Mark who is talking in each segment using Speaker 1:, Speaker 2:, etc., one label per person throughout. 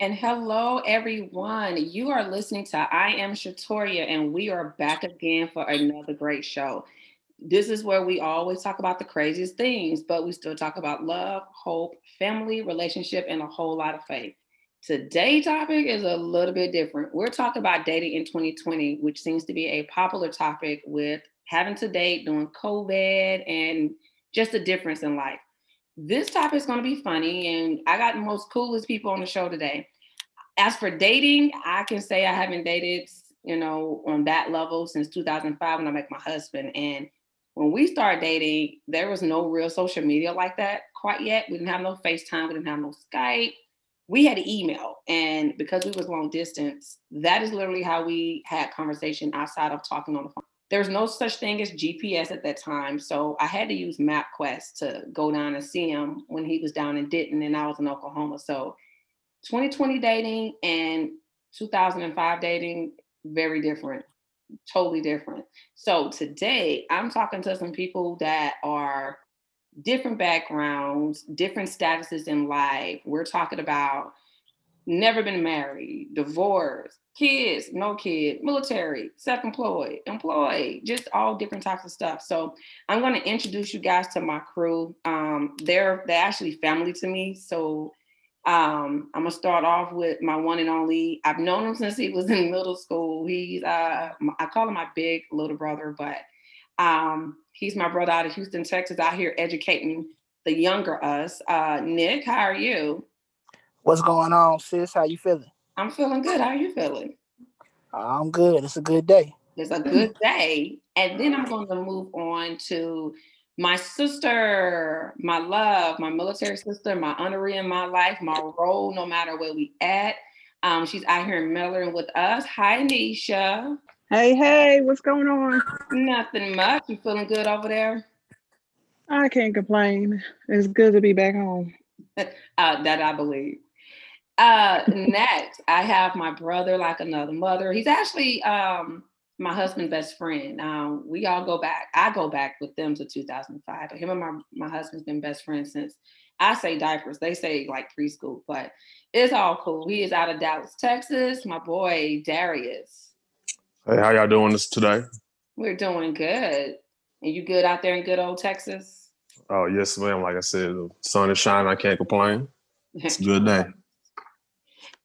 Speaker 1: Hello, everyone. You are listening to I Am Shatoria, and we are back again for another great show. This is where we always talk about the craziest things, but we still talk about love, hope, family, relationship, and a whole lot of faith. Today's topic is a little bit different. We're talking about dating in 2020, which seems to be a popular topic with having to date during COVID and just the difference in life. This topic is going to be funny, and I got the most coolest people on the show today as for dating, I can say I haven't dated, you know, on that level since 2005 when I met my husband. And when we started dating, there was no real social media like that quite yet. We didn't have no FaceTime, we didn't have no Skype. We had email, and because we was long distance, that is literally how we had conversation outside of talking on the phone. There's no such thing as GPS at that time, so I had to use MapQuest to go down and see him when he was down in Denton, and I was in Oklahoma. So 2020 dating and 2005 dating very different totally different so today i'm talking to some people that are different backgrounds different statuses in life we're talking about never been married divorced kids no kid military self-employed employed just all different types of stuff so i'm going to introduce you guys to my crew um, they're they're actually family to me so um, I'm gonna start off with my one and only. I've known him since he was in middle school. He's uh, m- I call him my big little brother, but um, he's my brother out of Houston, Texas, out here educating the younger us. Uh, Nick, how are you?
Speaker 2: What's going on, sis? How you feeling?
Speaker 1: I'm feeling good. How are you feeling?
Speaker 2: I'm good. It's a good day.
Speaker 1: It's a good day. And then I'm going to move on to my sister, my love, my military sister, my honoree in my life, my role, no matter where we at. Um, she's out here in Maryland with us. Hi, Nisha.
Speaker 3: Hey, hey, what's going on?
Speaker 1: Nothing much. You feeling good over there?
Speaker 3: I can't complain. It's good to be back home.
Speaker 1: Uh, that I believe. Uh, next, I have my brother, like another mother. He's actually um, my husband's best friend. Um, we all go back. I go back with them to 2005. But him and my my husband's been best friends since I say diapers. They say like preschool, but it's all cool. He is out of Dallas, Texas. My boy Darius.
Speaker 4: Hey, how y'all doing this today?
Speaker 1: We're doing good. And you good out there in good old Texas?
Speaker 4: Oh, yes, ma'am. Like I said, the sun is shining. I can't complain. It's a good day.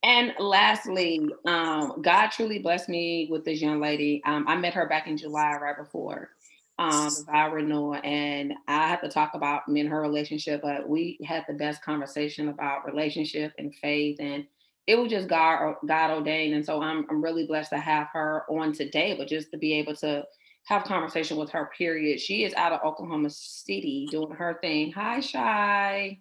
Speaker 1: And lastly, um, God truly blessed me with this young lady. Um, I met her back in July, right before um, Elvira Noah, and I had to talk about me and her relationship, but we had the best conversation about relationship and faith, and it was just God, God ordained. And so I'm, I'm really blessed to have her on today, but just to be able to have conversation with her. Period. She is out of Oklahoma City doing her thing. Hi, Shy.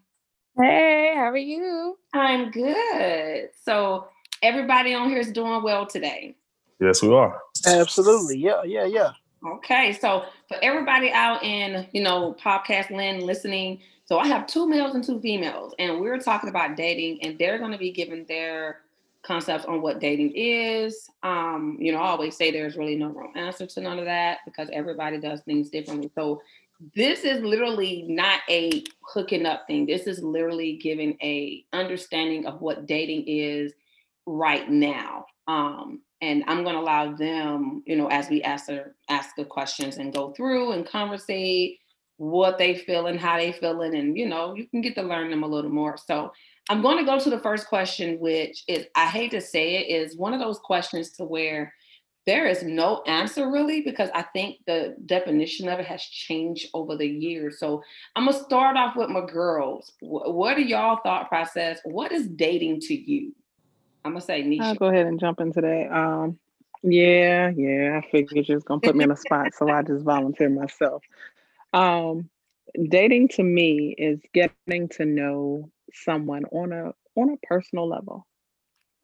Speaker 5: Hey, how are you?
Speaker 1: I'm good. So everybody on here is doing well today.
Speaker 4: Yes, we are.
Speaker 2: Absolutely. Yeah, yeah, yeah.
Speaker 1: Okay, so for everybody out in you know podcast land listening, so I have two males and two females, and we're talking about dating, and they're going to be giving their concepts on what dating is. Um, you know, I always say there's really no wrong answer to none of that because everybody does things differently. So this is literally not a hooking up thing. This is literally giving a understanding of what dating is right now. Um, and I'm going to allow them, you know, as we ask her, ask the questions and go through and conversate what they feeling, how they feeling, and you know, you can get to learn them a little more. So I'm going to go to the first question, which is I hate to say it, is one of those questions to where there is no answer really because I think the definition of it has changed over the years. So I'm gonna start off with my girls. Wh- What are y'all thought process? What is dating to you? I'm gonna say
Speaker 3: I'll
Speaker 1: Nisha.
Speaker 3: go ahead and jump into that. Um, yeah, yeah, I figured you're just gonna put me in a spot, so I just volunteer myself. Um, dating to me is getting to know someone on a on a personal level.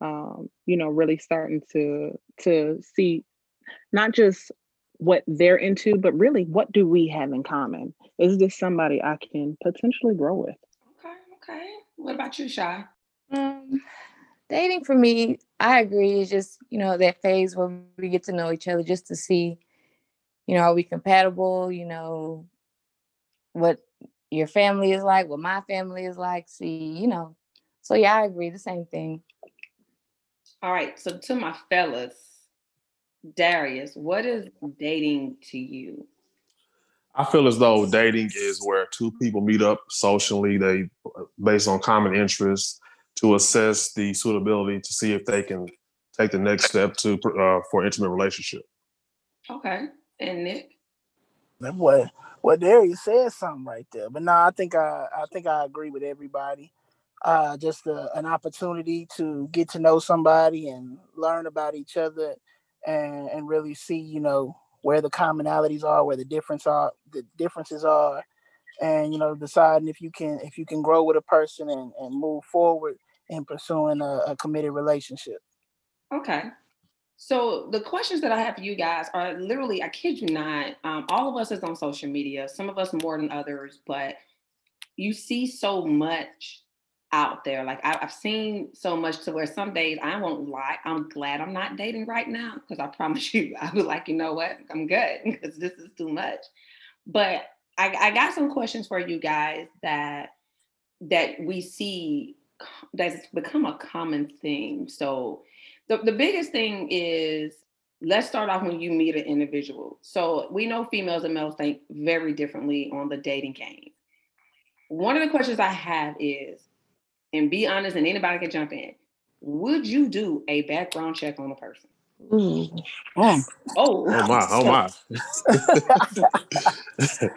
Speaker 3: Um, you know, really starting to to see not just what they're into, but really what do we have in common? Is this somebody I can potentially grow with?
Speaker 1: Okay, okay. What about you, Shy?
Speaker 5: Um, dating for me, I agree. It's just you know that phase where we get to know each other just to see, you know, are we compatible? You know, what your family is like, what my family is like. See, you know. So yeah, I agree. The same thing.
Speaker 1: All right. So to my fellas, Darius, what is dating to you?
Speaker 4: I feel as though dating is where two people meet up socially, they based on common interests to assess the suitability to see if they can take the next step to uh, for intimate relationship.
Speaker 1: Okay. And Nick?
Speaker 2: That boy, well, there you said something right there. But no, I think I, I think I agree with everybody. Uh, just a, an opportunity to get to know somebody and learn about each other, and and really see, you know, where the commonalities are, where the difference are, the differences are, and you know, deciding if you can if you can grow with a person and and move forward in pursuing a, a committed relationship.
Speaker 1: Okay. So the questions that I have for you guys are literally, I kid you not, um, all of us is on social media, some of us more than others, but you see so much out there. Like I, I've seen so much to where some days I won't lie. I'm glad I'm not dating right now because I promise you, I was like, you know what? I'm good because this is too much. But I, I got some questions for you guys that that we see that's become a common theme. So the, the biggest thing is let's start off when you meet an individual. So we know females and males think very differently on the dating game. One of the questions I have is, and be honest, and anybody can jump in, would you do a background check on a person?
Speaker 5: Ooh.
Speaker 2: Mm.
Speaker 1: Oh,
Speaker 4: Oh my! Oh my!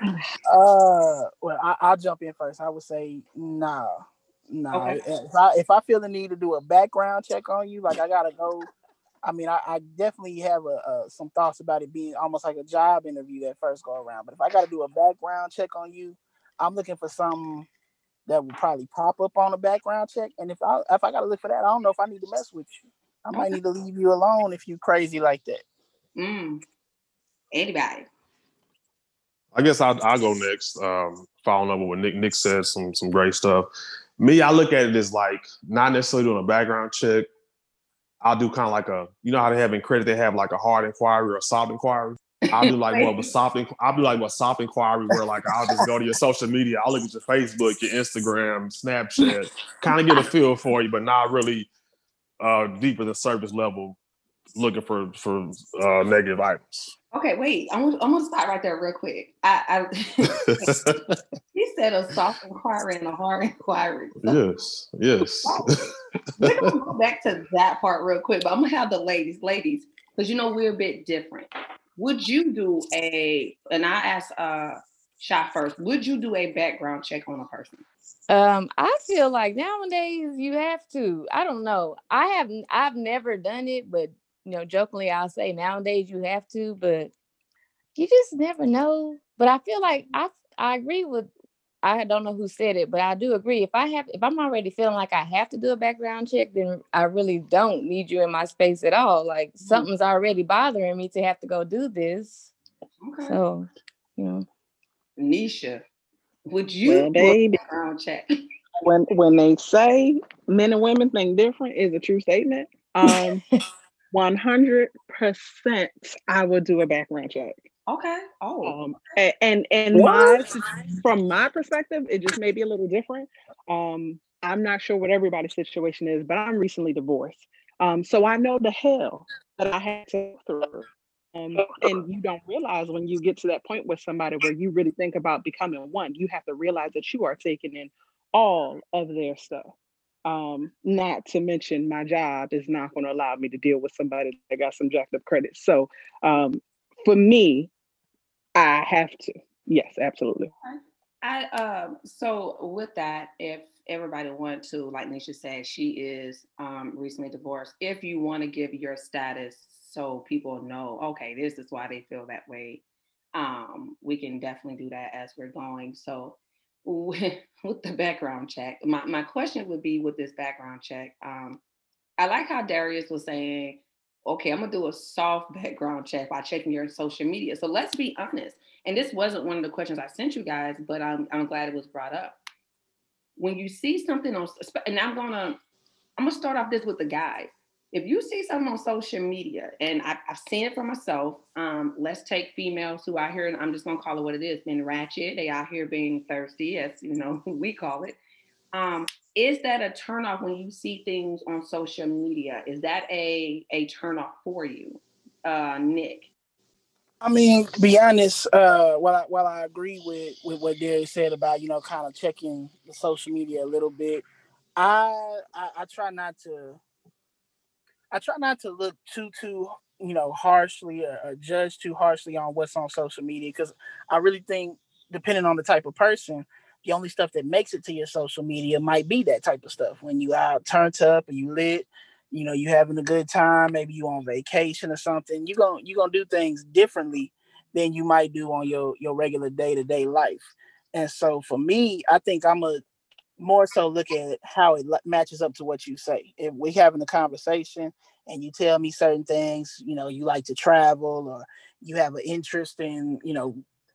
Speaker 2: Uh, well, I, I'll jump in first. I would say nah, nah.
Speaker 1: Okay.
Speaker 2: If I if I feel the need to do a background check on you, like I gotta go. I mean, I, I definitely have a, a, some thoughts about it being almost like a job interview that first go around. But if I gotta do a background check on you, I'm looking for something that will probably pop up on a background check. And if I if I gotta look for that, I don't know if I need to mess with you. I might
Speaker 1: Okay.
Speaker 2: need to leave you alone if you crazy like that.
Speaker 1: mm, anybody.
Speaker 4: I guess I'll, I'll go next. Um, following up with what Nick Nick said, some some great stuff. Me, I look at it as like not necessarily doing a background check. I'll do kind of like a you know how they have in credit they have like a hard inquiry or a soft inquiry. I'll do like more of a soft. inqu- I'll do like what soft inquiry where like I'll just go to your social media. I'll look at your Facebook, your Instagram, Snapchat, kind of get a feel for you, but not really uh, deeper than surface level looking for for uh, negative items.
Speaker 1: Okay, wait. I'm, gonna- I'm gonna stop right there real quick. I, I he said a soft inquiry and a hard inquiry. So
Speaker 4: yes, yes.
Speaker 1: We're gonna go back to that part real quick, but I'm gonna have the ladies, ladies, because you know we're a bit different. Would you do a and I ask uh Shy first, would you do a background check on a person?
Speaker 5: Um, I feel like nowadays you have to. I don't know. I have n- I've never done it, but you know, jokingly I'll say nowadays you have to, but you just never know. But I feel like I I agree with I don't know who said it, but I do agree. If I have if I'm already feeling like I have to do a background check, then I really don't need you in my space at all. Like something's already bothering me to have to go do this.
Speaker 1: Okay.
Speaker 5: So, you know.
Speaker 1: Nisha, would
Speaker 3: Well,
Speaker 1: you do a
Speaker 3: baby,
Speaker 1: background check?
Speaker 3: when when they say men and women think different is a true statement. Um, one hundred percent, I will do a background check.
Speaker 1: Okay. Oh,
Speaker 3: Um, a- and and my
Speaker 2: What?
Speaker 3: from my perspective, it just may be a little different. Um, I'm not sure what everybody's situation is, but I'm recently divorced. Um, so I know the hell that I had to go through. Um, and you don't realize when you get to that point with somebody where you really think about becoming one, you have to realize that you are taking in all of their stuff. Um, not to mention my job is not going to allow me to deal with somebody that got some jacked up credit. So um, for me, I have to. Yes, absolutely.
Speaker 1: I um so with that, if everybody want to, like Nisha said, she is um recently divorced. If you want to give your status so people know, okay, this is why they feel that way. Um, we can definitely do that as we're going. So with, with the background check, my, my question would be with this background check. Um, I like how Darius was saying, okay, I'm gonna do a soft background check by checking your social media. So let's be honest. And this wasn't one of the questions I sent you guys, but I'm, I'm glad it was brought up. When you see something on, sp- and I'm gonna, I'm gonna start off this with the guys. If you see something on social media, and I, I've seen it for myself, um, let's take females who out here, and I'm just gonna call it what it is, being ratchet. They out here being thirsty, as you know we call it. Um, is that a turnoff when you see things on social media? Is that a a turnoff for you, uh, Nick?
Speaker 2: I mean, to be honest, uh, while I, while I agree with, with what Derry said about you know kind of checking the social media a little bit, I, I I try not to I try not to look too too you know harshly or, or judge too harshly on what's on social media because I really think depending on the type of person, the only stuff that makes it to your social media might be that type of stuff when you out turned up and you lit you know you having a good time maybe you on vacation or something you going you going to do things differently than you might do on your your regular day-to-day life and so for me i think i'm a more so look at how it li- matches up to what you say if we having a conversation and you tell me certain things you know you like to travel or you have an interest in you know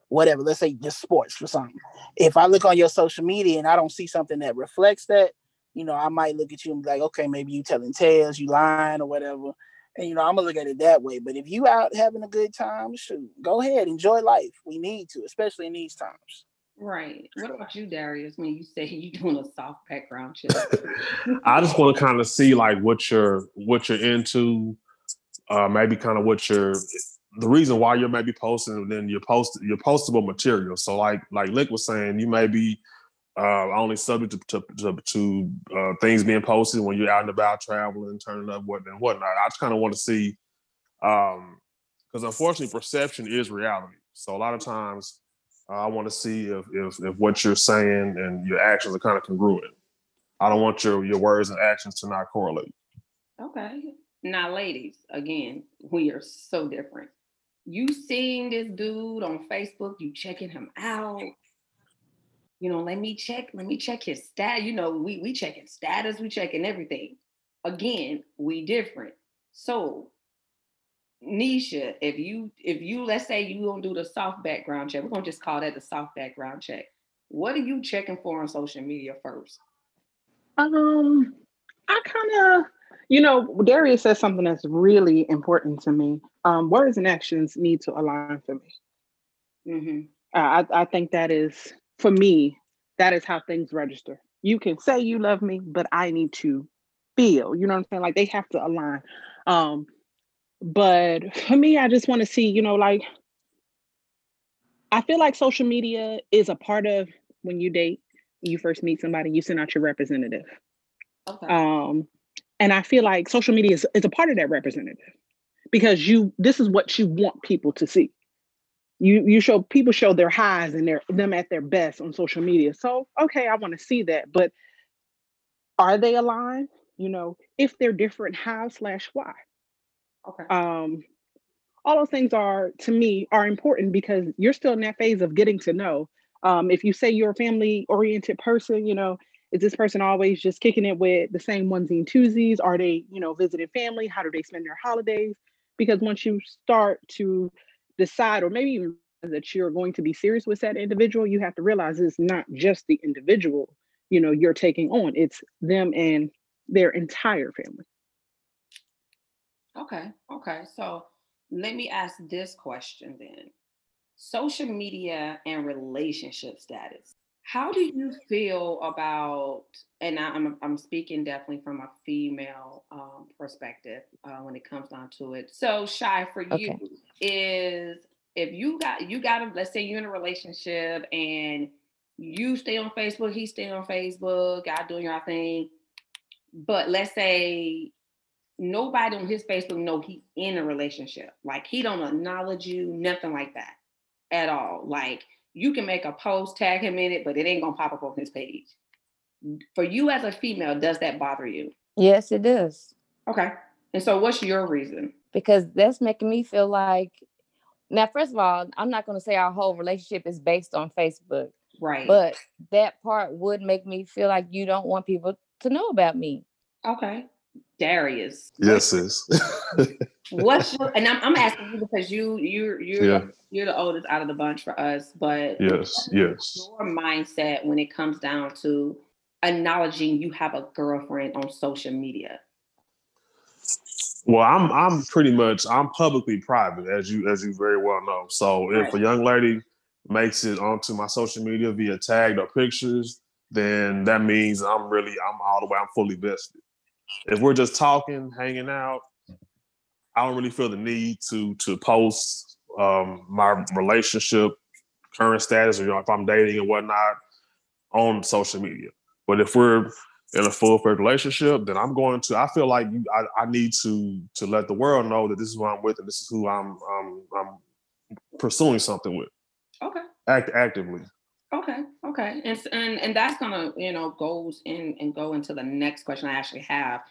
Speaker 2: whatever let's say just sports or something if i look on your social media and i don't see something that reflects that you know, I might look at you and be like, okay, maybe you telling tales, you lying or whatever. And you know, I'm gonna look at it that way. But if you out having a good time, shoot, go ahead, enjoy life. We need to, especially in these times.
Speaker 1: Right. What about you, Darius? When you say you're doing a soft background check,
Speaker 4: I just want to kind of see like what you're what you're into, uh, maybe kind of what you're the reason why you're maybe posting, and then your post your postable material. So like like Lick was saying, you may be uh, only subject to to, to, to uh, things being posted when you're out and about traveling, turning up, what and whatnot. I just kind of want to see, because unfortunately, perception is reality. So a lot of times, uh, I want to see if, if if what you're saying and your actions are kind of congruent. I don't want your your words and actions to not correlate.
Speaker 1: okay. Now, ladies, again, we are so different. You seeing this dude on Facebook, you checking him out. You know, let me check, let me check his stat. You know, we we checking status, we checking everything. Again, we different. So Nisha, if you if you let's say you don't do the soft background check, we're gonna just call that the soft background check. What are you checking for on social media first?
Speaker 3: Um, I kind of, you know, Darius says something that's really important to me. Um, words and actions need to align for me.
Speaker 1: Mm-hmm.
Speaker 3: Uh, I, I think that is for me. That is how things register. You can say you love me, but I need to feel. You know what I'm saying? Like they have to align. Um, but for me, I just want to see. You know, like I feel like social media is a part of when you date, you first meet somebody, you send out your representative.
Speaker 1: Okay.
Speaker 3: um, and i feel like social media is, is a part of that representative because you this is what you want people to see you you show people show their highs and their them at their best on social media so okay i want to see that but are they aligned you know if they're different how slash why
Speaker 1: okay.
Speaker 3: um all those things are to me are important because you're still in that phase of getting to know um if you say you're a family oriented person you know is this person always just kicking it with the same onesie and twosies are they you know visiting family how do they spend their holidays because once you start to decide or maybe even that you're going to be serious with that individual you have to realize it's not just the individual you know you're taking on it's them and their entire family
Speaker 1: Okay, okay. So let me ask this question then. Social media and relationship status. How do you feel about, and I- I'm, I'm speaking definitely from a female um, perspective uh, when it comes down to it. So shy for you
Speaker 5: Okay.
Speaker 1: is if you got, you got, a, let's say you're in a relationship and you stay on Facebook, he stay on Facebook, y'all doing your thing. But let's say nobody on his Facebook know he in a relationship. Like he don't acknowledge you, nothing like that at all. Like you can make a post, tag him in it, but it ain't gonna pop up on his page. For you as a female, does that bother you?
Speaker 5: Yes, it does.
Speaker 1: Okay. And so what's your reason?
Speaker 5: Because that's making me feel like now, first of all, I'm not gonna say our whole relationship is based on Facebook,
Speaker 3: Mm.
Speaker 1: Right.
Speaker 5: but that part would make me feel like you don't want people to know about me.
Speaker 1: okay. Darius.
Speaker 4: Yes, sis.
Speaker 1: What's your and I'm, I'm asking you because you you're you're
Speaker 4: yeah.
Speaker 1: you're the oldest out of the bunch for us, but
Speaker 4: Yes. Yes.
Speaker 1: your mindset when it comes down to acknowledging you have a girlfriend on social media.
Speaker 4: Well, I'm I'm pretty much I'm publicly private, as you as you very well know. So if
Speaker 1: Right.
Speaker 4: a young lady makes it onto my social media via tagged or pictures, then that means I'm really I'm all the way I'm fully vested. If we're just talking, hanging out, I don't really feel the need to to post um, my relationship current status or you know, if I'm dating and whatnot on social media. But if we're in a full fledged relationship, then I'm going to. I feel like you, I, I need to to let the world know that this is who I'm with and this is who I'm I'm, I'm pursuing something with.
Speaker 1: Okay.
Speaker 4: Act actively.
Speaker 1: Okay. Okay. And s- and and that's gonna you know goes in and go into the next question I actually have.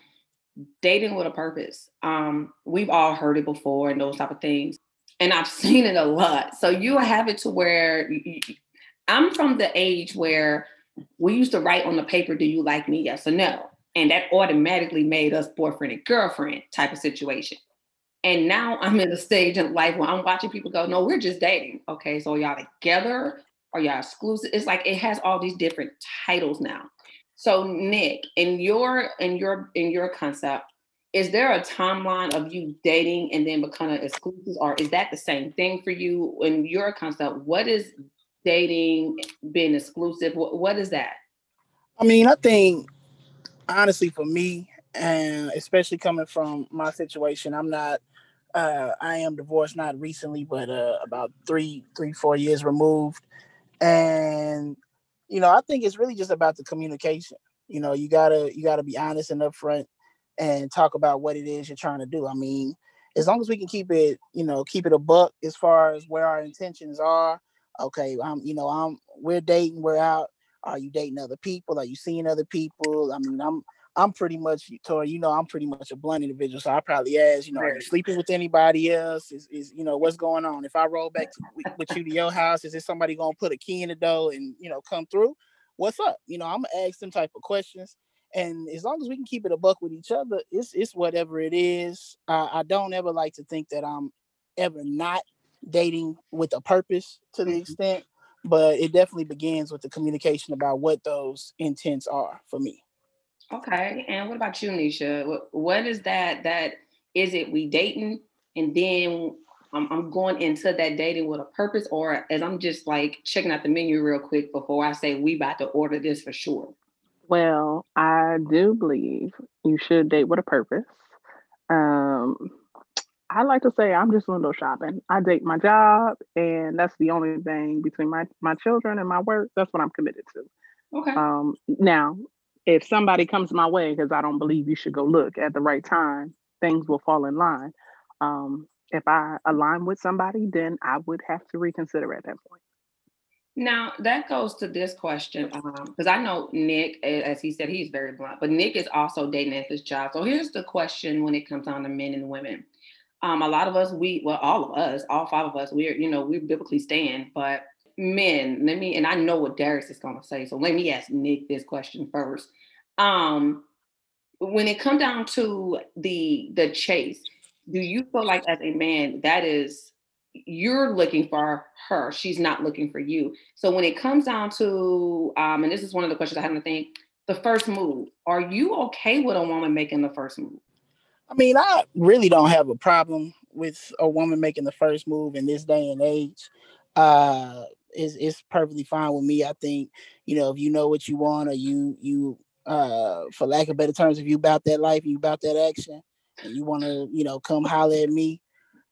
Speaker 1: Dating with a purpose. Um, we've all heard it before and those type of things, and I've seen it a lot. So you have it to where y- y- I'm from the age where we used to write on the paper, "Do you like me? Yes or no," and that automatically made us boyfriend and girlfriend type of situation. And now I'm in a stage in life where I'm watching people go, no, we're just dating. Okay, so y'all together or y'all exclusive? It's like it has all these different titles now. So Nick, in your in your in your concept, is there a timeline of you dating and then becoming exclusive, or is that the same thing for you? In your concept, what is dating being exclusive? What, what is that?
Speaker 2: I mean, I think honestly for me, and especially coming from my situation, I'm not. Uh, I am divorced, not recently, but uh, about three, three, four years removed, and you know, I think it's really just about the communication. You know, you gotta you gotta be honest and upfront, and talk about what it is you're trying to do. I mean, as long as we can keep it, you know, keep it a buck as far as where our intentions are. Okay, I'm, you know, I'm we're dating, we're out. Are you dating other people? Are you seeing other people? I mean, I'm I'm pretty much Tori, you know, I'm pretty much a blunt individual. So I probably ask, you know, are you
Speaker 1: Right.
Speaker 2: sleeping with anybody else? Is, is you know, what's going on? If I roll back to, with, with you to your house, is there somebody gonna put a key in the door and you know come through? What's up? You know, I'm gonna ask them type of questions. And as long as we can keep it a buck with each other, it's it's whatever it is. I, I don't ever like to think that I'm ever not dating with a purpose to the
Speaker 1: Mhm.
Speaker 2: extent, but it definitely begins with the communication about what those intents are for me.
Speaker 1: Okay, and what about you, Nisha? What, what is that? That is it? We dating, and then I'm, I'm going into that dating with a purpose, or as I'm just like checking out the menu real quick before I say we about to order this for sure.
Speaker 3: Well, I do believe you should date with a purpose. Um, I like to say I'm just window shopping. I date my job, and that's the only thing between my my children and my work. That's what I'm committed to.
Speaker 1: Okay.
Speaker 3: Um, now, if somebody comes my way because I don't believe you should go look at the right time, things will fall in line. Um, if I align with somebody, then I would have to reconsider at that point.
Speaker 1: Now that goes to this question because I know Nick, a- as he said, he's very blunt, but Nick is also dating at his job. So here's the question: when it comes down to men and women, um, a lot of us, we, well, all of us, all five of us, we're, you know, we biblically stand, but men, let me, and I know what Darius is going to say, so let me ask Nick this question first. Um, when it comes down to the the chase, do you feel like as a man that is you're looking for her, she's not looking for you. So when it comes down to, um, and this is one of the questions I have in the thing, the first move. Are you okay with a woman making the first move?
Speaker 2: I mean, I really don't have a problem with a woman making the first move in this day and age. Uh, it's, it's perfectly fine with me. I think you know if you know what you want, or you you uh, for lack of better terms, if you about that life, you about that action, and you want to you know come holler at me.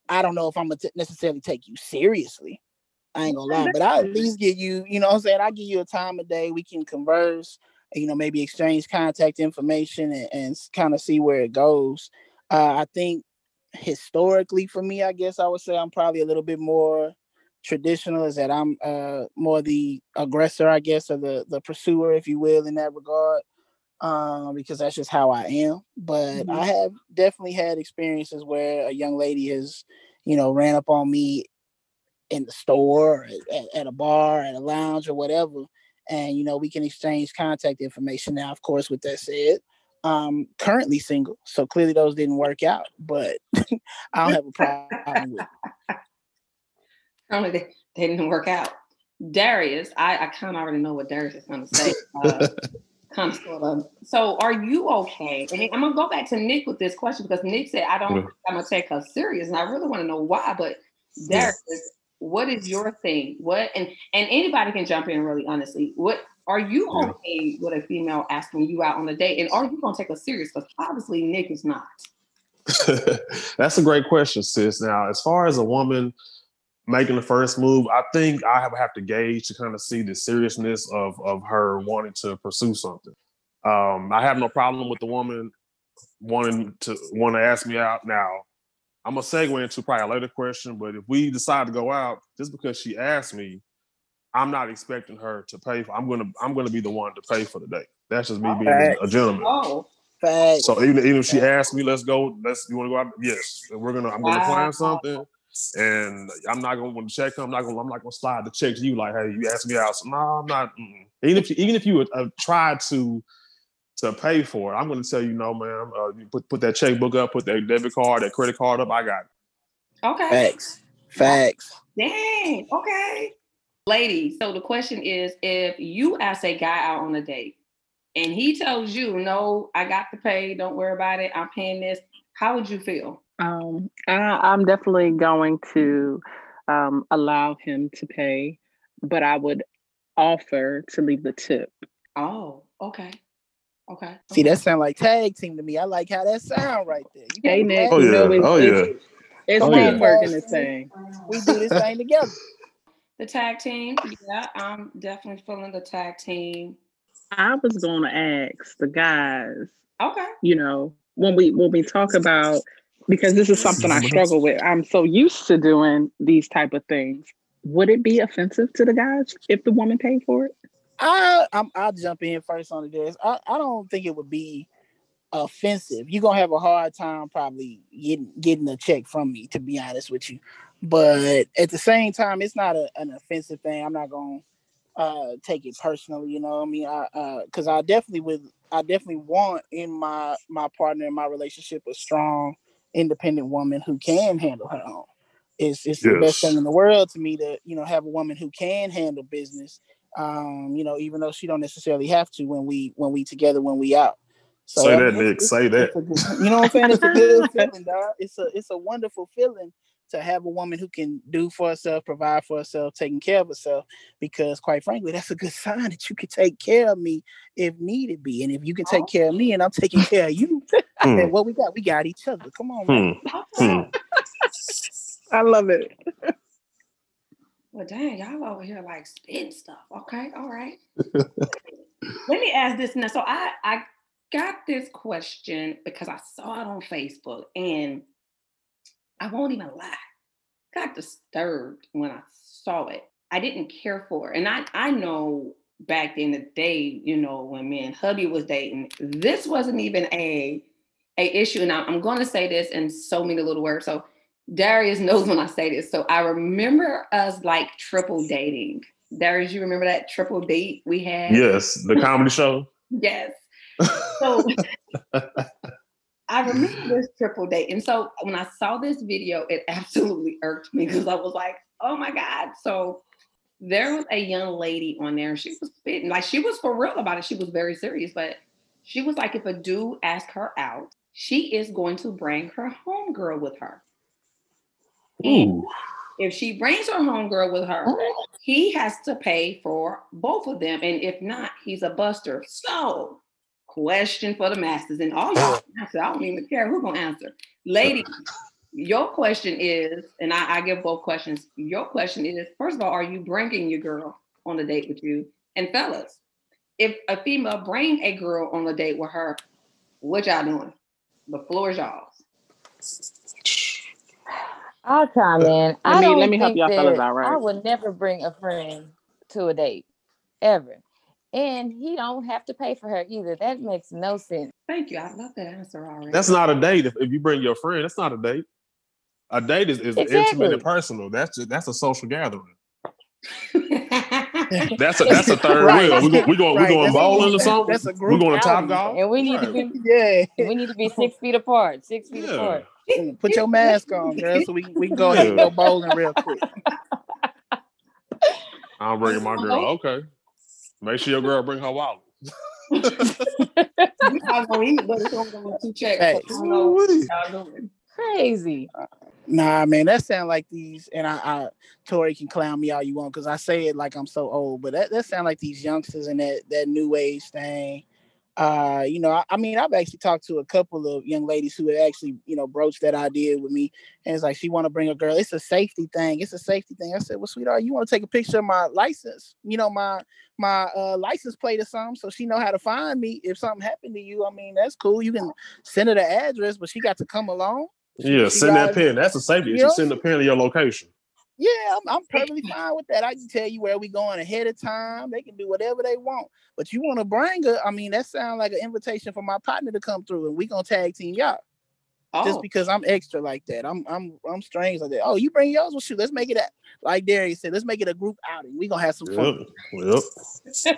Speaker 2: I don't know if I'm gonna t- necessarily take you seriously. I ain't gonna lie, but I at least give you, you know what I'm saying? I give you a time of day we can converse, you know, maybe exchange contact information and, and kind of see where it goes. Uh, I think historically for me, I guess I would say I'm probably a little bit more traditional, is that I'm uh, more the aggressor, I guess, or the, the pursuer, if you will, in that regard um, because that's just how I am. But
Speaker 3: Mhm.
Speaker 2: I have definitely had experiences where a young lady has, you know, ran up on me in the store, or at, at a bar, at a lounge, or whatever. And you know, we can exchange contact information now. Of course, with that said, um, currently single, so clearly those didn't work out. But I don't have a problem with. It.
Speaker 1: Only they, they didn't work out. Darius, I, I kind of already know what Darius is going to say. Uh, kind of sort of. So, are you okay? And I'm gonna go back to Nick with this question because Nick said I don't.
Speaker 4: Yeah.
Speaker 1: think I'm gonna take her serious, and I really want to know why. But Darius, what is your thing? What and and anybody can jump in really honestly. What Are you okay with a female asking you out on a date? And are you gonna take us serious? Because obviously Nick is not.
Speaker 4: That's a great question, sis. Now, as far as a woman making the first move, I think I have, have to gauge to kind of see the seriousness of of her wanting to pursue something. Um, I have no problem with the woman wanting to want to ask me out. Now, I'm gonna segue into probably a later question, but if we decide to go out, just because she asked me, I'm not expecting her to pay. For, I'm gonna I'm gonna be the one to pay for the date. That's just me being a- a gentleman.
Speaker 1: Oh,
Speaker 2: Facts.
Speaker 4: So even, even if she asked me, let's go, let's you want to go out? Yes, And we're gonna. I'm gonna
Speaker 1: Wow.
Speaker 4: plan something, and I'm not gonna when the check come. I'm not gonna. I'm not gonna slide the check to you like, hey, you asked me out. So, no, I'm not. mm-mm. Even if you, even if you would, uh, tried to to pay for it, I'm gonna tell you no, ma'am. Uh, you put put that checkbook up, put that debit card, that credit card up. I got it.
Speaker 1: okay.
Speaker 2: Facts. Facts.
Speaker 1: Dang, okay. Ladies, so the question is if you ask a guy out on a date and he tells you, no, I got to pay, don't worry about it, I'm paying this, how would you feel?
Speaker 3: Um, I, I'm definitely going to um, allow him to pay, but I would offer to leave the tip.
Speaker 1: Oh, okay. Okay.
Speaker 2: See,
Speaker 1: okay.
Speaker 2: that sound like tag team to me. I like how that sound right there. You
Speaker 3: Hey,
Speaker 2: gotta
Speaker 3: Nick,
Speaker 2: tag
Speaker 3: you
Speaker 4: yeah.
Speaker 3: know
Speaker 2: team.
Speaker 3: it's,
Speaker 4: Oh,
Speaker 3: it's,
Speaker 4: yeah.
Speaker 3: it's
Speaker 4: Oh, yeah.
Speaker 3: teamwork in this thing.
Speaker 2: We do this thing together.
Speaker 1: The tag team, yeah, I'm definitely feeling the tag team.
Speaker 3: I was going to ask the guys,
Speaker 1: Okay.
Speaker 3: you know, when we when we talk about because this is something I struggle with. I'm so used to doing these type of things. Would it be offensive to the guys if the woman paid for it?
Speaker 2: I I'm, I'll jump in first on this. I, I don't think it would be offensive. You're gonna have a hard time probably getting getting a check from me, to be honest with you. But at the same time, it's not a, an offensive thing. I'm not gonna uh take it personally, you know. what I mean, I uh because I definitely would I definitely want in my my partner in my relationship a strong, independent woman who can handle her own. It's it's the best
Speaker 4: Yes.
Speaker 2: thing in the world to me to, you know, have a woman who can handle business. Um, you know, even though she don't necessarily have to when we when we together when we out. So
Speaker 4: Say
Speaker 2: I
Speaker 4: that,
Speaker 2: mean, it's- it's-
Speaker 4: Nick. Say that.
Speaker 2: it's a good- you know what I'm saying? It's a good feeling, dog. It's a it's a wonderful feeling to have a woman who can do for herself, provide for herself, taking care of herself. Because quite frankly, that's a good sign that you can take care of me if needed be, and if you can take care of me and I'm taking care of you,
Speaker 4: Hmm.
Speaker 2: then what we got? We got each other. Come on, man.
Speaker 4: Hmm.
Speaker 1: Okay.
Speaker 4: Hmm.
Speaker 3: I love it.
Speaker 1: Well, dang, y'all over here like spitting stuff. Okay, all right. Let me ask this now. So I I got this question because I saw it on Facebook, and I won't even lie, got disturbed when I saw it. I didn't care for it, and I I know back in the day, you know, when me and hubby was dating, this wasn't even a a issue. And I, I'm going to say this in so many little words. So Darius knows when I say this. So I remember us like triple dating. Darius, you remember that triple date we had?
Speaker 4: Yes, the comedy show.
Speaker 1: Yes. So I remember this triple date. And so when I saw this video, it absolutely irked me because I was like, oh my God. So there was a young lady on there and she was spitting. Like she was for real about it. She was very serious, but she was like, if a dude asks her out, she is going to bring her homegirl with her.
Speaker 2: Mm.
Speaker 1: And
Speaker 4: Ooh.
Speaker 1: if she brings her homegirl with her, he has to pay for both of them. And if not, he's a buster. So, question for the masters and all y'all can answer. I don't even care who's gonna answer. Lady, your question is, and I, I give both questions. Your question is, first of all, are you bringing your girl on a date with you? And fellas, if a female bring a girl on a date with her, what y'all doing? The floor is y'all.
Speaker 5: I'll chime in.
Speaker 3: Let
Speaker 5: I
Speaker 3: me
Speaker 5: don't
Speaker 3: let me help
Speaker 5: think
Speaker 3: y'all fellas
Speaker 5: that
Speaker 3: out, right?
Speaker 5: I would never bring a friend to a date ever, and he don't have to pay for her either. That makes no sense.
Speaker 1: Thank you. I love that answer already.
Speaker 4: That's not a date. If, if you bring your friend, that's not a date. A date is, is intimate
Speaker 5: Exactly.
Speaker 4: and personal. That's just, that's a social gathering.
Speaker 1: That's
Speaker 4: That's a that's a third
Speaker 2: Right.
Speaker 4: wheel. We go, Oh, we going
Speaker 2: Right.
Speaker 4: we going
Speaker 2: That's a
Speaker 4: bowling
Speaker 2: group-
Speaker 4: or something.
Speaker 2: that's a
Speaker 4: we
Speaker 2: group
Speaker 4: going to top
Speaker 2: outing.
Speaker 3: Oh,
Speaker 4: golf.
Speaker 5: And we need to
Speaker 4: Right.
Speaker 5: be
Speaker 2: Yeah.
Speaker 5: we need to be six feet apart. Six feet
Speaker 4: Yeah.
Speaker 5: apart.
Speaker 2: Put your mask on, girl, so we can, we can go ahead and
Speaker 4: Yeah.
Speaker 2: go bowling real quick.
Speaker 4: I'm bringing my
Speaker 2: Uh-huh.
Speaker 4: girl. Okay. Make sure your girl bring her wallet.
Speaker 1: We probably gonna eat, but it's only gonna be two checks. so I
Speaker 2: Facts.
Speaker 1: don't know what
Speaker 4: Ooh-wee.
Speaker 1: y'all doing.
Speaker 5: Crazy.
Speaker 2: Nah, man, that sound like these, and I, I Tori can clown me all you want because I say it like I'm so old, but that, that sound like these youngsters and that that new age thing. Uh, you know, I, I mean, I've actually talked to a couple of young ladies who had actually, you know, broached that idea with me, and it's like she want to bring a girl. It's a safety thing. It's a safety thing. I said, well, sweetheart, you want to take a picture of my license? You know, my my uh, license plate or something, so she know how to find me if something happened to you. I mean, that's cool. You can send her the address, but she got to come along. She-
Speaker 4: Yeah,
Speaker 2: she
Speaker 4: send that
Speaker 2: got-
Speaker 4: pin. That's a safety
Speaker 2: You
Speaker 4: issue.
Speaker 2: know?
Speaker 4: Send the pin to your location.
Speaker 2: Yeah, I'm, I'm perfectly fine with that. I can tell you where we going ahead of time. They can do whatever they want. But you want to bring her? I mean, that sounds like an invitation for my partner to come through, and we gonna tag team y'all
Speaker 1: Oh,
Speaker 2: just because I'm extra like that. I'm I'm I'm strange like that. Oh, you bring yours? Well, shoot, let's make it a like Darius said. Let's make it a group outing. We gonna have some
Speaker 4: Yep.
Speaker 2: fun.
Speaker 1: Oh.
Speaker 4: Yep.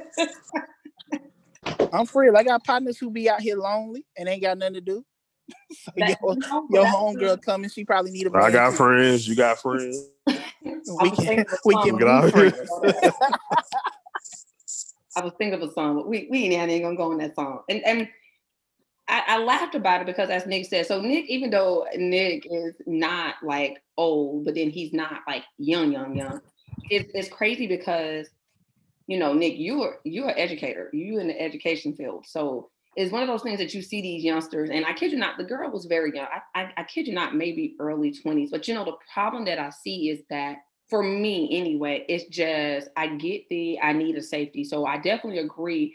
Speaker 2: I'm free. I got partners who be out here lonely and ain't got nothing to do. so
Speaker 1: that-
Speaker 2: your
Speaker 1: you know,
Speaker 2: your
Speaker 1: that's-
Speaker 2: homegirl coming, she probably need a
Speaker 4: I
Speaker 2: man.
Speaker 4: got
Speaker 2: too.
Speaker 4: friends. You got friends.
Speaker 1: I
Speaker 2: We
Speaker 1: was thinking
Speaker 2: can
Speaker 1: of a
Speaker 2: we
Speaker 1: song.
Speaker 2: can
Speaker 4: Look at
Speaker 2: be
Speaker 4: all-
Speaker 2: friends.
Speaker 1: I was thinking of a song, but we we ain't, ain't gonna go on that song. And and I, I laughed about it because as Nick said, so Nick, even though Nick is not like old, but then he's not like young, young, young. It's it's crazy because you know, Nick, you are you're an educator, you in the education field. So it's one of those things that you see these youngsters, and I kid you not, the girl was very young. I, I, I kid you not, maybe early 20s. But you know, the problem that I see is that for me anyway, it's just I get the I need a safety. So I definitely agree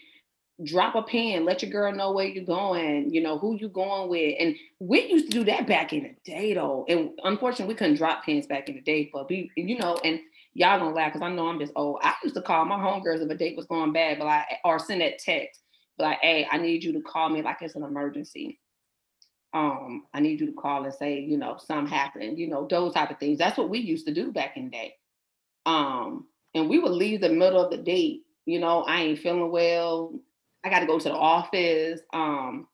Speaker 1: drop a pin, let your girl know where you're going, you know, who you going with. And we used to do that back in the day though. And unfortunately we couldn't drop pins back in the day, but we you know, and y'all gonna laugh because I know I'm just old. I used to call my homegirls if a date was going bad, but I or send that text, but like, hey, I need you to call me like it's an emergency. Um, I need you to call and say, you know, something happened, you know, those type of things. That's what we used to do back in the day um and we would leave the middle of the date you know i ain't feeling well i got to go to the office um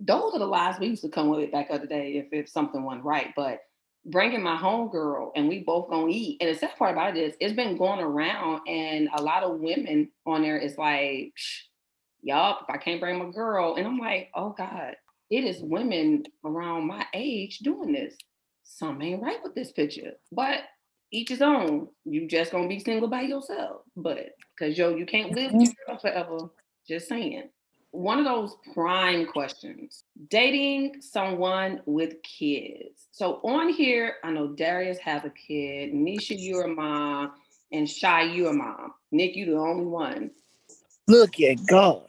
Speaker 1: those are the lies we used to come with back other day if, if something went right but bringing my home girl and we both gonna eat and the sad part about it is it's been going around and a lot of women on there is like "Psh, yup if i can't bring my girl and i'm like oh god it is women around my age doing this something ain't right with this picture but each his own. You just gonna be single by yourself. But cause yo, you can't live with your girl forever. Just saying. One of those prime questions. Dating someone with kids. So on here, I know Darius has a kid, Nisha, you're a mom, and Shy, you're a mom. Nick, you the only one.
Speaker 2: Look at God.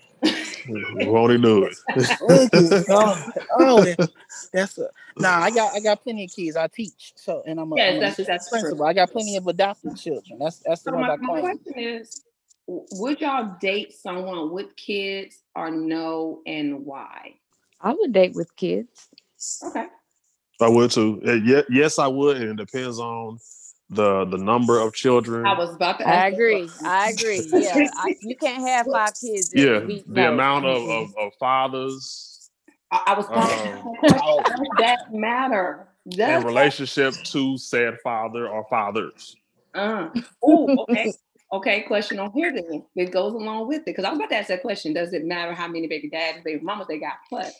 Speaker 4: Won't he do
Speaker 2: Look at
Speaker 4: it?
Speaker 2: God. Oh, that, that's a nah. I got I got plenty of kids. I teach so, and I'm a,
Speaker 1: Yes,
Speaker 2: I'm a
Speaker 1: that's-
Speaker 2: assistant
Speaker 1: that's true.
Speaker 2: principal. I got plenty of adopted children. That's that's the
Speaker 1: So
Speaker 2: ones
Speaker 1: my,
Speaker 2: I
Speaker 1: my
Speaker 2: claim.
Speaker 1: question is, w- would y'all date someone with kids or no and why?
Speaker 5: I would date with kids.
Speaker 1: Okay.
Speaker 4: I would too. Uh, ye- yes, I would, and it depends on the the number of children.
Speaker 1: I was about to
Speaker 5: I
Speaker 1: ask. that
Speaker 5: agree. I agree. Yeah, I, you can't have five kids. in
Speaker 4: yeah,
Speaker 5: a week.
Speaker 4: the
Speaker 5: No.
Speaker 4: amount of,
Speaker 5: Mm-mm.
Speaker 4: of, of fathers
Speaker 1: I, I was going to ask
Speaker 4: um,
Speaker 1: that question.
Speaker 2: Oh,
Speaker 1: Does that matter? Does
Speaker 4: in relationship to said father or fathers.
Speaker 1: that? Uh, oh, okay. Okay, question on here then. It goes along with it. Because I was about to ask that question. Does it matter how many baby dads, baby mamas they got? But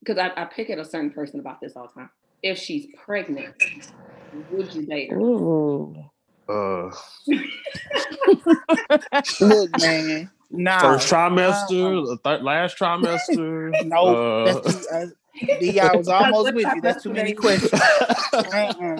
Speaker 1: because I, I pick at a certain person about this all the time. If she's pregnant, would you date her?
Speaker 5: Ooh.
Speaker 4: Uh,
Speaker 2: look, man. No,
Speaker 4: first
Speaker 2: no,
Speaker 4: trimester, the thir- last trimester.
Speaker 2: no. That's too.
Speaker 4: Uh,
Speaker 2: Uh, D, I was almost with you. That's too many questions. Uh-uh.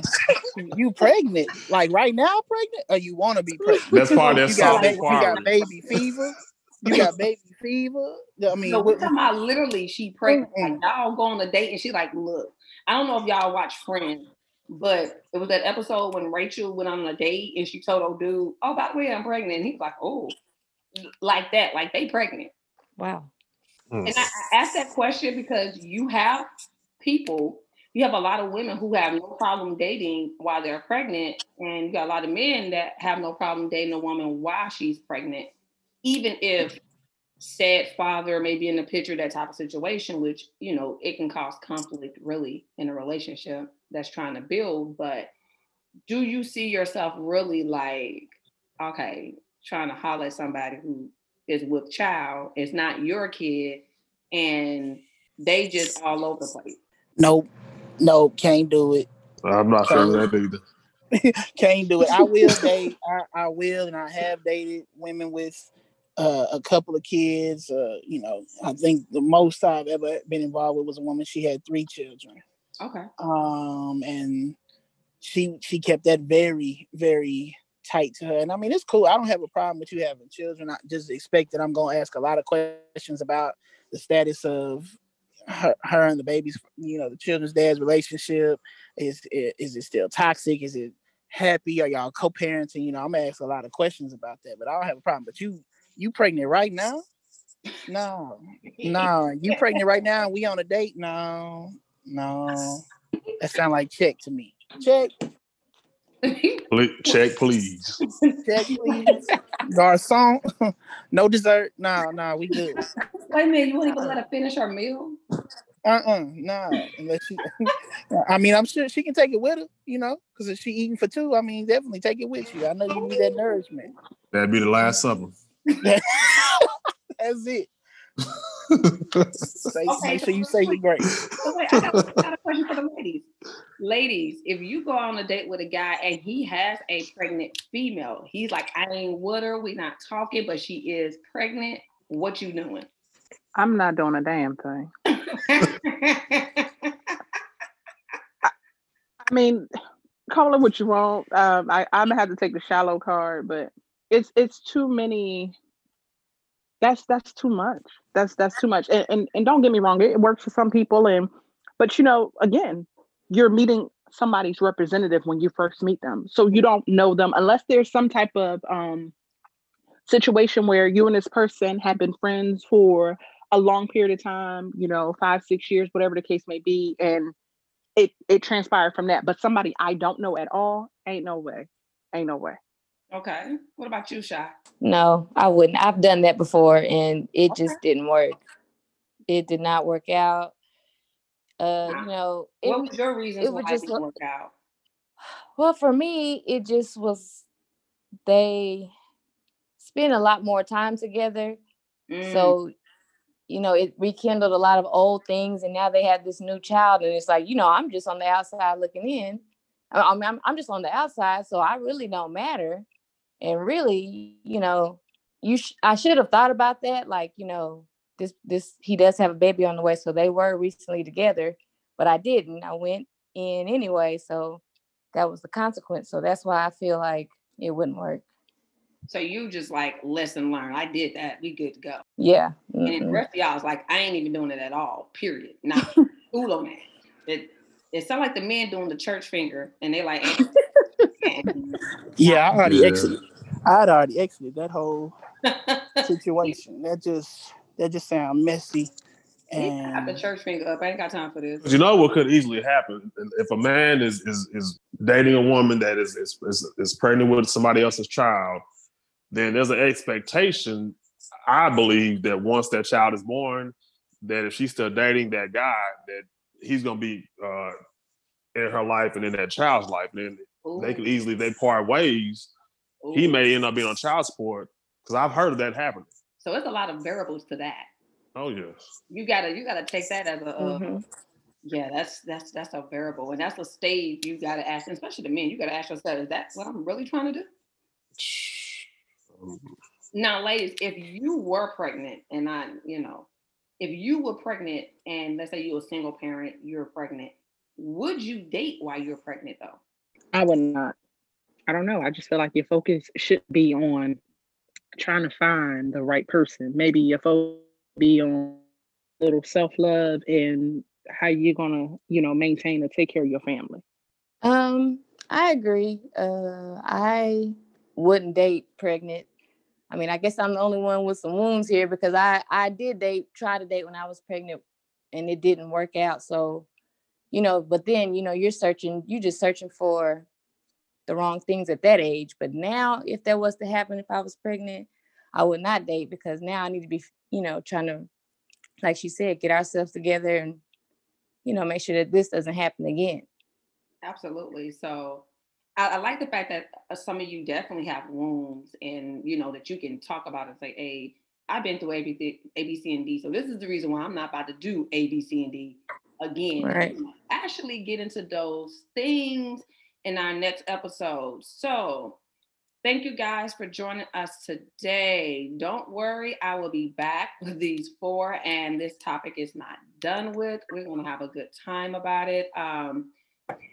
Speaker 2: You pregnant? Like right now, pregnant? Or you want to be pregnant?
Speaker 4: that's part of that
Speaker 2: You
Speaker 1: So
Speaker 2: got
Speaker 1: like,
Speaker 4: soft
Speaker 2: baby. You got
Speaker 4: inquiry.
Speaker 2: baby fever. You got baby fever. I
Speaker 1: No,
Speaker 2: mean,
Speaker 1: we're
Speaker 2: what? Mm-hmm.
Speaker 1: talking about literally she pregnant. Like y'all go on a date and she like, look, I don't know if y'all watch Friends, but it was that episode when Rachel went on a date and she told old dude, oh, by the way, I'm pregnant. And he was like, oh, like that, like they pregnant.
Speaker 5: Wow.
Speaker 4: Hmm.
Speaker 1: And I, I asked that question because you have people, you have a lot of women who have no problem dating while they're pregnant, and you got a lot of men that have no problem dating a woman while she's pregnant, even if said father may be in the picture, that type of situation, which you know it can cause conflict really in a relationship that's trying to build. But do you see yourself really like okay trying to holler at somebody who is with child it's not your kid and they just all over the place
Speaker 2: Nope, nope. Can't do it.
Speaker 4: I'm not sure
Speaker 2: Sorry.
Speaker 4: of that either.
Speaker 2: Can't do it. I will date. I, I will, and I have dated women with uh, a couple of kids. Uh, you know, I think the most I've ever been involved with was a woman. She had three children.
Speaker 1: Okay.
Speaker 2: um and she she kept that very very tight to her and i mean it's cool i don't have a problem with you having children i just expect that i'm going to ask a lot of questions about the status of her, her and the baby's you know the children's dad's relationship is i- is it still toxic is it happy are y'all co-parenting you know i'm gonna ask a lot of questions about that but i don't have a problem but you you pregnant right now no no you pregnant right now we on a date no no that sound like check to me. Check,
Speaker 4: Ple- Check, please.
Speaker 2: check, please. Garcon, no dessert. No, no, we good.
Speaker 1: Wait a minute, you won't even let her finish her meal?
Speaker 2: Uh-uh, no. Unless she, I mean, I'm sure she can take it with her, you know, because if she eating for two, I mean, definitely take it with you. I know you need that nourishment.
Speaker 4: That'd be the last supper.
Speaker 2: That's it. Say,
Speaker 1: Okay,
Speaker 2: make
Speaker 1: so
Speaker 2: sure you say your grace.
Speaker 1: So wait, I got, I got a question for the ladies. Ladies, if you go on a date with a guy and he has a pregnant female, he's like, I ain't with her, we not talking, but she is pregnant. What you doing?
Speaker 3: I'm not doing a damn thing. I mean, call it what you want. Um, I, I'm gonna have to take the shallow card, but it's it's too many. That's that's too much. That's that's too much. And and, and don't get me wrong, it works for some people. And but you know, again, you're meeting somebody's representative when you first meet them, so you don't know them unless there's some type of um, situation where you and this person have been friends for a long period of time. You know, five six years, whatever the case may be, and it it transpired from that. But somebody I don't know at all, ain't no way, ain't no way.
Speaker 1: okay. What about you, Shy?
Speaker 5: No, I wouldn't. I've done that before and it
Speaker 1: Okay.
Speaker 5: just didn't work. It did not work out. Uh, you know, it,
Speaker 1: What was your reasons
Speaker 5: it
Speaker 1: why
Speaker 5: would
Speaker 1: it
Speaker 5: just
Speaker 1: didn't
Speaker 5: look-
Speaker 1: work out?
Speaker 5: well, for me, it just was they spend a lot more time together.
Speaker 1: Mm,
Speaker 5: So, you know, it rekindled a lot of old things and now they have this new child and it's like, you know, I'm just on the outside looking in. I I mean, I'm, I'm just on the outside, so I really don't matter. and really you know you sh- i should have thought about that like you know this this he does have a baby on the way so they were recently together but i didn't i went in anyway so that was the consequence so that's why i feel like it wouldn't work
Speaker 1: so you just like lesson learned. I did that. We good to go.
Speaker 5: yeah
Speaker 1: And then the
Speaker 5: mm-mm.
Speaker 1: rest of y'all was like, I ain't even doing it at all. Period. Nah, cool on that. It it sound like the men doing the church finger, and they like,
Speaker 2: Yeah, I already
Speaker 4: Yeah.
Speaker 2: exited. I had already exited that whole
Speaker 1: yeah,
Speaker 2: situation. That just that just sound messy.
Speaker 1: got the
Speaker 2: And
Speaker 1: church finger up. I ain't got time for this.
Speaker 4: 'Cause you know what could easily happen if a man is is, is dating a woman that is, is is is pregnant with somebody else's child, then there's an expectation. I believe that once that child is born, that if she's still dating that guy, that he's gonna be uh, in her life and in that child's life. Then they could easily they part ways.
Speaker 1: Ooh,
Speaker 4: He
Speaker 1: ooh.
Speaker 4: may end up being on child support because I've heard of that happening.
Speaker 1: So it's a lot of variables to that.
Speaker 4: Oh yes,
Speaker 1: You gotta you gotta take that as a uh,
Speaker 3: Mm-hmm.
Speaker 5: Mhm.
Speaker 1: yeah. That's that's that's a variable, and that's a stage you gotta ask, especially the men. You gotta ask yourself, is that what I'm really trying to do?
Speaker 4: Um,
Speaker 1: Now, ladies, if you were pregnant, and I, you know, if you were pregnant, and let's say you were a single parent, you're pregnant, would you date while you're pregnant though?
Speaker 3: I would not. I don't know. I just feel like your focus should be on trying to find the right person. Maybe your focus be on little self love and how you're gonna, you know, maintain or take care of your family.
Speaker 5: um i agree uh i wouldn't date pregnant i mean i guess i'm the only one with some wounds here because i i did date try to date when i was pregnant and it didn't work out so you know but then you know you're searching you're just searching for the wrong things at that age but now if that was to happen if i was pregnant i would not date because now i need to be you know trying to like she said get ourselves together and you know make sure that this doesn't happen again
Speaker 1: Absolutely. So I, I like the fact that uh, some of you definitely have wounds and you know that you can talk about and say, hey, I've been through ABC, A, B, C, and D. So this is the reason why I'm not about to do A, B, C, and D. again.
Speaker 5: Right.
Speaker 1: Actually, get into those things in our next episode. So, thank you guys for joining us today. Don't worry, I will be back with these four, and this topic is not done with. We're going to have a good time about it. Um,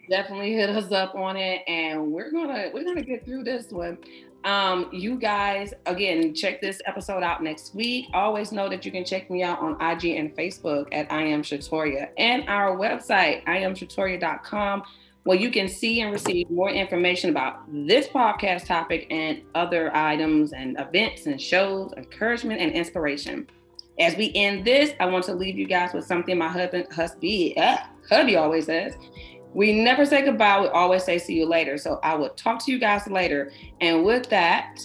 Speaker 1: definitely hit us up on it and we're gonna we're gonna get through this one um you guys again check this episode out next week always know that you can check me out on ig and facebook at i am shatoria and our website i am shatoria.com where you can see and receive more information about this podcast topic and other items and events and shows encouragement and inspiration as we end this i want to leave you guys with something my husband husband uh, hubby always says we never say goodbye. We always say see you later. So I will talk to you guys later. And with that,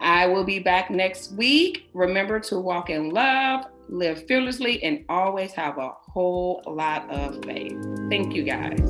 Speaker 1: I will be back next week. Remember to walk in love, live fearlessly, and always have a whole lot of faith. Thank you guys.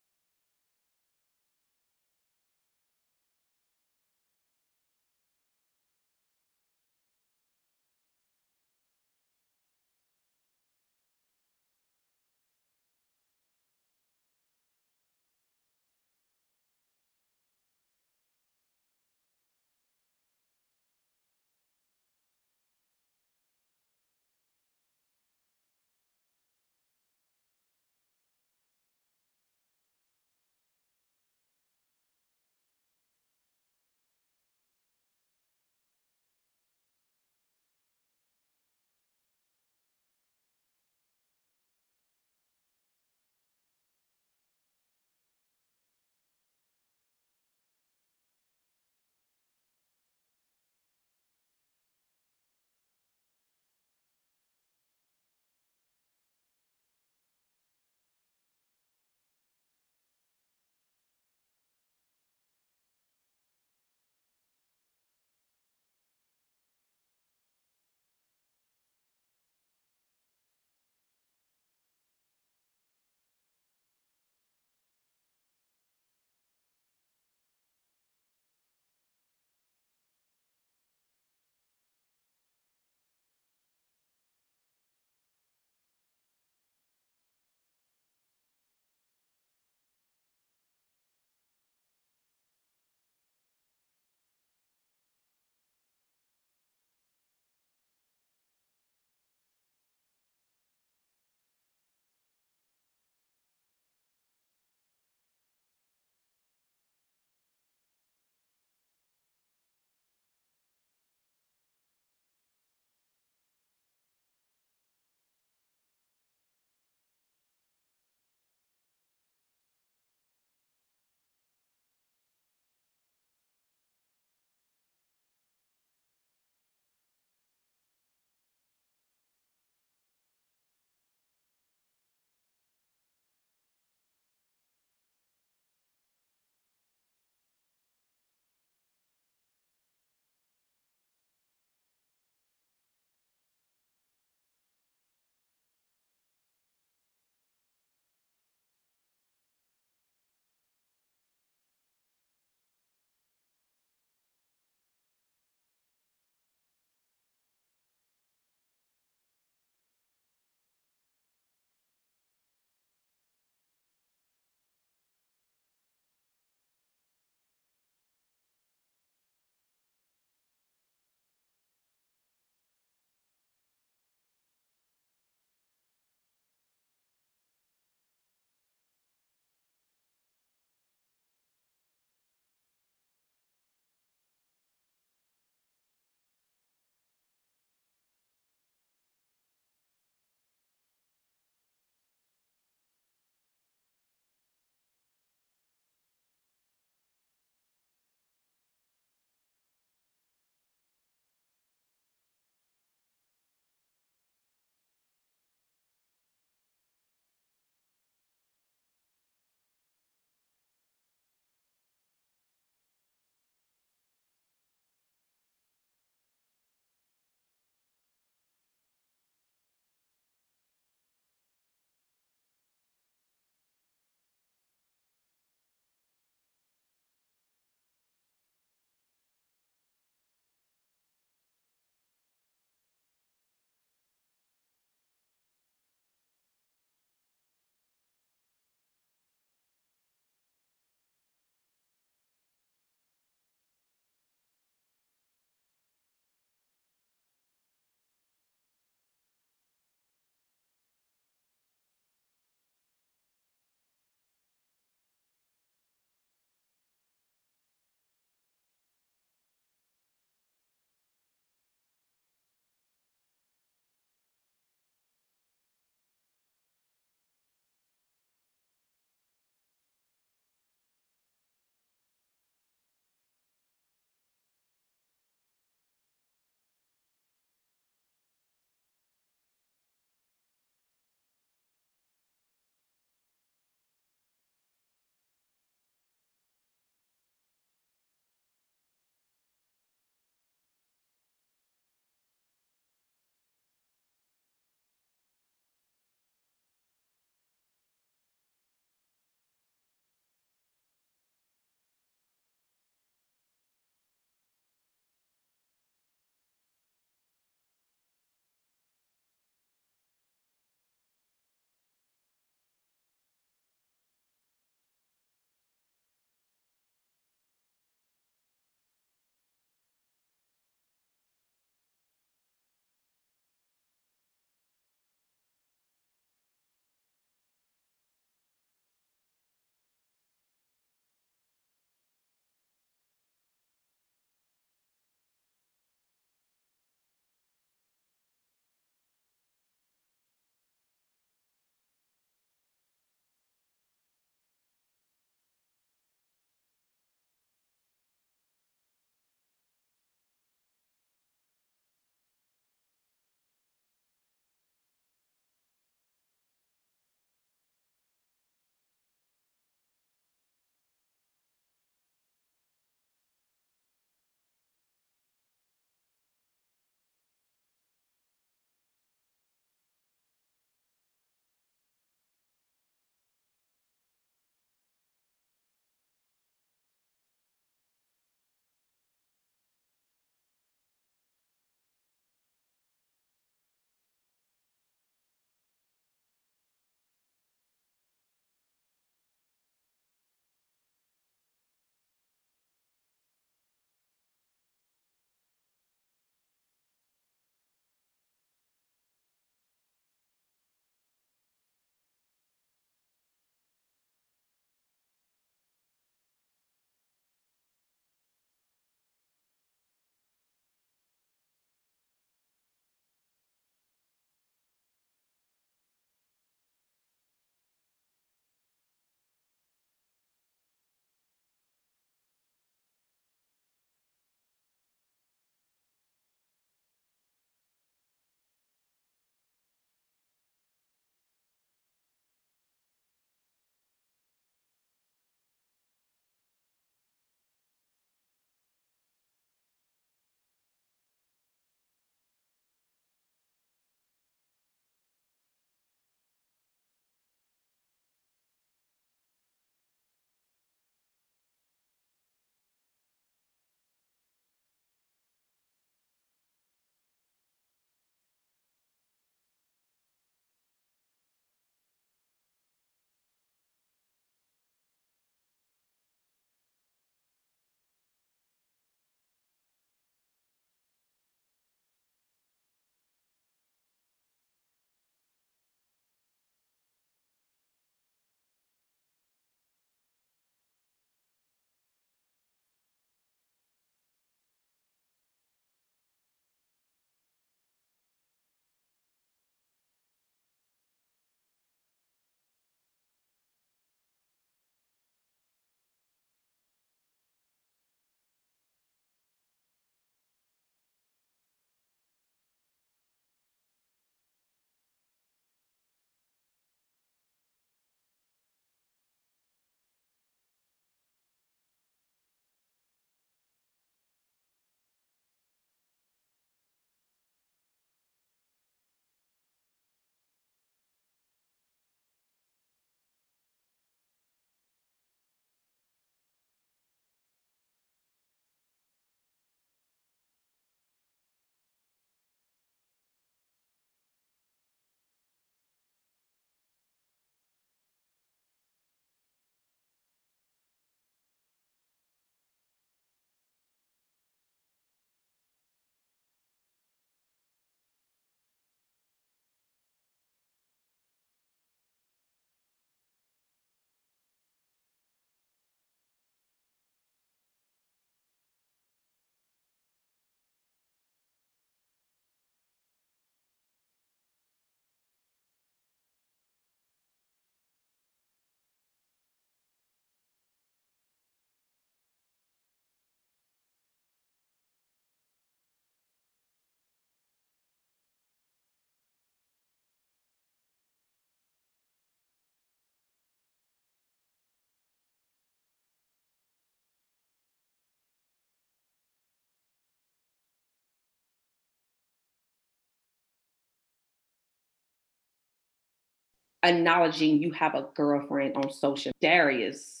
Speaker 1: acknowledging you have a girlfriend on social. Darius,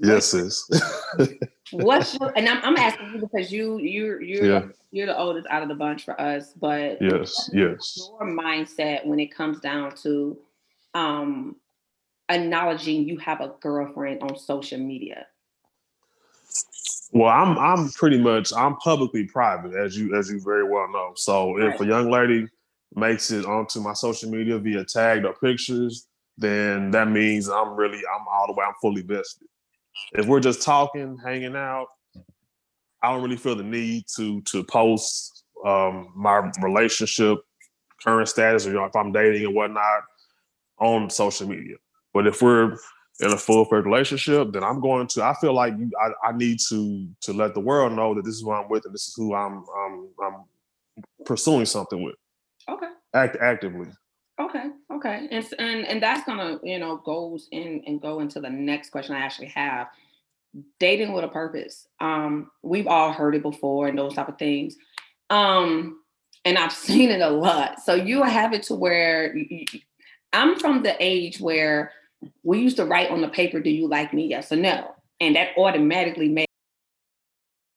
Speaker 4: Yes, sis.
Speaker 1: what's your, and I'm, I'm asking you because you you you're
Speaker 4: yeah.
Speaker 1: you're the oldest out of the bunch for us, but
Speaker 4: Yes. Yes.
Speaker 1: your mindset when it comes down to um acknowledging you have a girlfriend on social media.
Speaker 4: Well, I'm I'm pretty much I'm publicly private, as you as you very well know. So if a young lady makes it onto my social media via tagged or pictures, then that means I'm really I'm all the way I'm fully vested. If we're just talking, hanging out, I don't really feel the need to to post um, my relationship current status or you know, if I'm dating and whatnot on social media. But if we're in a full fledged relationship, then I'm going to. I feel like you, I, I need to to let the world know that this is who I'm with and this is who I'm I'm, I'm pursuing something with
Speaker 1: Okay.
Speaker 4: act actively.
Speaker 1: Okay. Okay. And s- and and that's gonna you know goes in and go into the next question I actually have. Dating with a purpose. Um, we've all heard it before and those type of things. Um, and I've seen it a lot. So you have it to where y- y- I'm from the age where we used to write on the paper, "Do you like me? Yes or no?" And that automatically made